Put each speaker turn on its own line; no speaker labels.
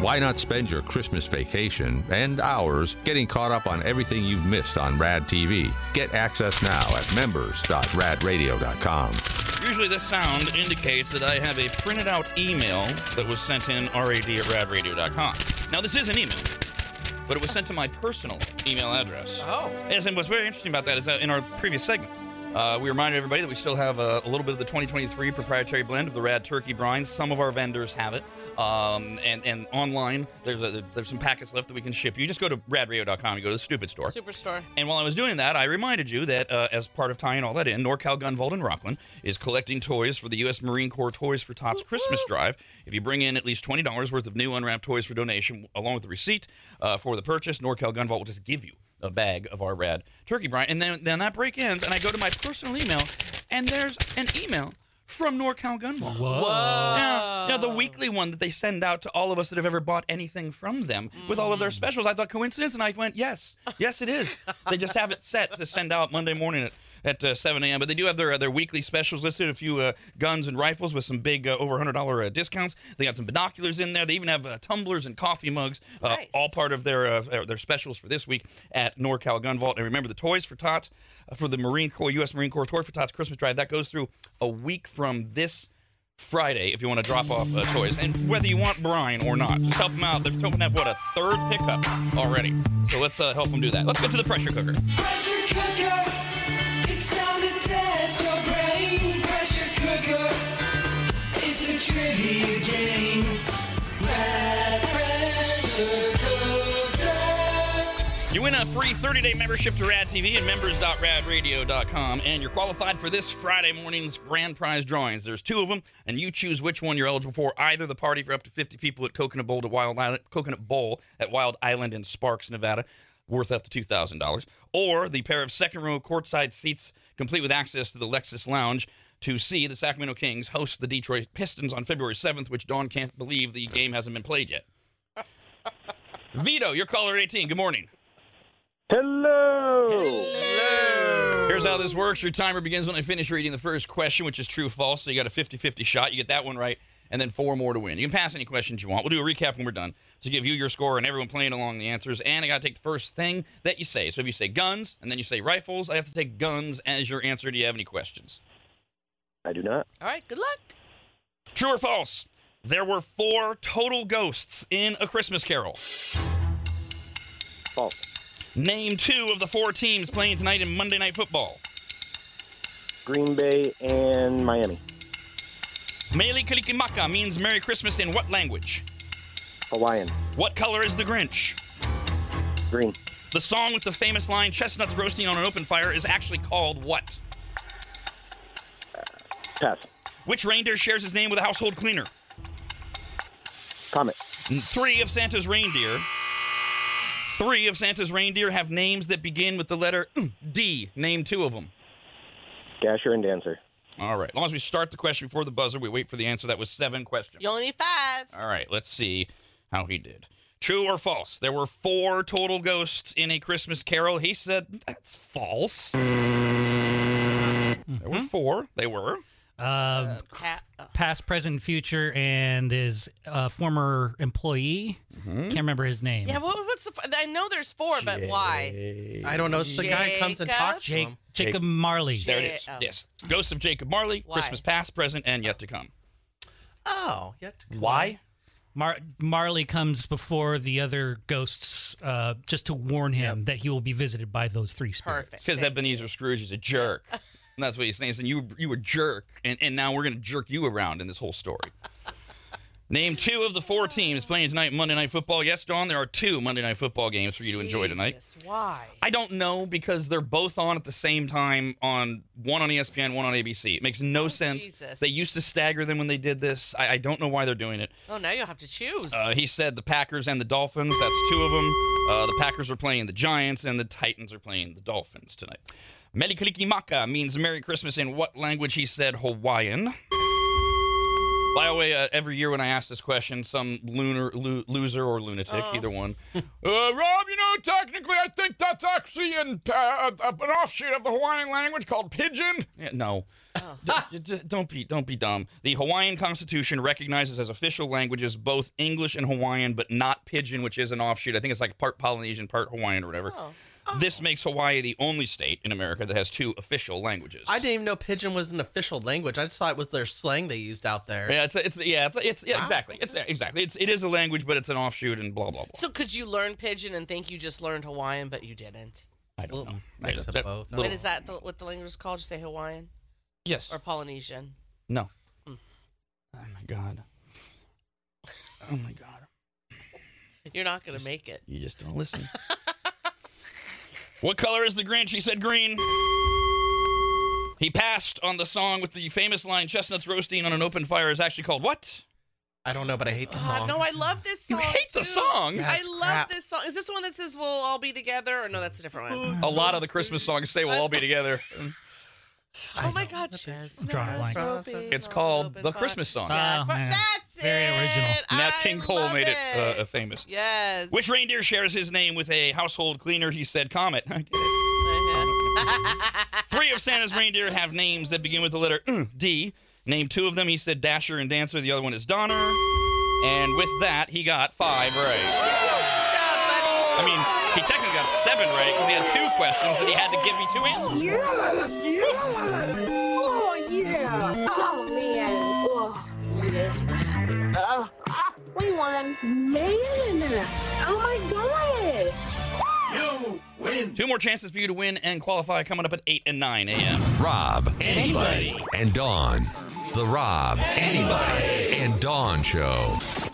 Why not spend your Christmas vacation and hours getting caught up on everything you've missed on Rad TV? Get access now at members.radradio.com.
Usually, this sound indicates that I have a printed out email that was sent in rad at radradio.com. Now, this is an email, but it was sent to my personal email address.
Oh.
Yes, and what's very interesting about that is that in our previous segment, uh, we reminded everybody that we still have a, a little bit of the 2023 proprietary blend of the Rad Turkey brine. Some of our vendors have it, um, and and online there's a, there's some packets left that we can ship you. Just go to radradio.com. You go to the stupid store.
Superstore.
And while I was doing that, I reminded you that uh, as part of tying all that in, NorCal Gun Vault in Rockland is collecting toys for the U.S. Marine Corps Toys for Tots Christmas Drive. If you bring in at least twenty dollars worth of new unwrapped toys for donation, along with the receipt uh, for the purchase, NorCal Gun Vault will just give you a bag of our rad turkey brine. And then then that break ends, and I go to my personal email, and there's an email from NorCal Gun Vault. Yeah, yeah, the weekly one that they send out to all of us that have ever bought anything from them with all of their specials. I thought coincidence, and I went, yes, yes, it is. they just have it set to send out Monday morning at, at uh, 7 a.m. But they do have their uh, their weekly specials listed. A few uh, guns and rifles with some big uh, over $100 uh, discounts. They got some binoculars in there. They even have uh, tumblers and coffee mugs, uh,
Nice.
all part of their uh, their- their specials for this week at NorCal Gun Vault. And remember the toys for tots uh, for the Marine Corps U.S. Marine Corps toy for tots Christmas drive that goes through a week from this Friday if you want to drop off uh, toys. And whether you want Brian or not, just help them out. They're hoping to have, what, a third pickup already. So let's uh, help them do that. Let's get to the pressure cooker.
Pressure cooker. It's time to test your brain. Pressure cooker. It's a trivia game. Red pressure cooker.
You win a free 30-day membership to Rad TV at members.radradio.com, and you're qualified for this Friday morning's grand prize drawings. There's two of them, and you choose which one you're eligible for. Either the party for up to 50 people at Coconut Bowl, to Wild Island, Coconut Bowl at Wild Island in Sparks, Nevada, worth up to two thousand dollars, or the pair of second-row courtside seats, complete with access to the Lexus Lounge. To see the Sacramento Kings host the Detroit Pistons on February 7th, which Dawn can't believe the game hasn't been played yet. Vito, you're caller 18. Good morning. Here's how this works. Your timer begins when I finish reading the first question, which is true false. So you got a 50 50 shot. You get that one right, and then four more to win. You can pass any questions you want. We'll do a recap when we're done to give you your score and everyone playing along the answers. And I got to take the first thing that you say. So if you say guns and then you say rifles, I have to take guns as your answer. Do you have any questions?
I do not.
All right, good luck.
True or false? There were four total ghosts in A Christmas Carol.
False.
Name two of the four teams playing tonight in Monday Night Football.
Green Bay and Miami.
Mele Kalikimaka means Merry Christmas in what language?
Hawaiian.
What color is the Grinch?
Green.
The song with the famous line "Chestnuts roasting on an open fire" is actually called what?
Pass.
Which reindeer shares his name with a household cleaner?
Comet.
Three of Santa's reindeer. Three of Santa's reindeer have names that begin with the letter D. Name two of them.
Dasher and Dancer.
All right. As long as we start the question before the buzzer, we wait for the answer. That was seven questions.
You only need five.
All right. Let's see how he did. True or false? There were four total ghosts in a Christmas Carol. He said that's false. There were four. They were.
Uh,
Pat, oh,
past, present, future, and his uh, former employee. Can't remember his name.
Yeah, what, what's the? I know there's four, but why?
I don't know. It's the guy who comes and talks to
Jake,
him.
Jacob Marley.
There it is.
Yeah.
Yes. Ghost of Jacob Marley,
Eh, oh. Why?
Christmas past, present, and yet to come.
Oh, you have to come on.
Mar- Marley comes before the other ghosts, uh, just to warn him that he will be visited by those three spirits.
Perfect.
Because Ebenezer Scrooge is a jerk. and that's what he's saying. He's saying you you a jerk, and, and now we're gonna jerk you around in this whole story. Name two of the four teams playing tonight Monday Night Football. Yes, Dawn, there are two Monday Night Football games for you to enjoy tonight.
Jesus, Why?
I don't know because they're both on at the same time on one on E ESPN, one on ABC. It makes no sense.
Oh, Jesus.
They used to stagger them when they did this. I, I don't know why they're doing it.
Oh, now you'll have to choose.
Uh, he said the Packers and the Dolphins. That's two of them. Uh, the Packers are playing the Giants, and the Titans are playing the Dolphins tonight. Melikalikimaka means Merry Christmas in what language? He said Hawaiian. By the way, uh, every year when I ask this question, some lunar lo- loser or lunatic, either one, uh, Rob, you know, technically, I think that's actually an, uh, uh, an offshoot of the Hawaiian language called pidgin. Yeah, no, D- d- d- don't be don't be dumb. The Hawaiian Constitution recognizes as official languages both English and Hawaiian, but not pidgin, which is an offshoot. I think it's like part Polynesian, part Hawaiian, or whatever. This makes Hawaii the only state in America that has two official languages.
I didn't even know pidgin was an official language. I just thought it was their slang they used out there.
Yeah, it's it's yeah, it's it's yeah, exactly. It's yeah, exactly. It's it is a language, but it's an offshoot and blah blah blah.
So could you learn pidgin and think you just learned Hawaiian, but you didn't?
I don't know.
mix of
That-
both.
little-
What is that? The, what the language is called? Just say Hawaiian
Yes.
or Hmm. Polynesian.
no. Oh my god. Oh my god.
You're not gonna make it.
You just don't listen. what color is the Grinch? He said green. He passed on the song with the famous line "Chestnuts roasting on an open fire" is actually called what?
I don't know, but I hate the
God,
song.
Uh, no, I love this
You
song.
hate the
too.
song.
Yeah.
I
That's
love
crap.
this song. Is this the one that says we'll all be together? Or no, that's a different one.
A lot of the Christmas songs say we'll all be together.
Oh my God, Chestnuts
Draw a line.
will be
It's
on
called
open
the
fire.
Christmas song.
Ah,
But
yeah.
That's
Very
it.
original.
Now
I
King Cole
love
made it, uh, famous.
Yes.
Which reindeer shares his name with a household cleaner? He said Comet. Three of Santa's reindeer have names that begin with the letter uh, D. Name two of them. He said Dasher and Dancer. The other one is Donner. And with that, he got five right.
Good job, buddy.
I mean, he technically got seven right because he had two questions and he had to give me two answers.
Yes, yes. Oh, yeah. Oh, man. Oh, yes. Oh, ah, we won. Man. Oh, my gosh.
Two more chances for you to win and qualify coming up at 8 and 9 a.m.
Rob, anybody, and Dawn. The Rob, anybody, and Dawn Show.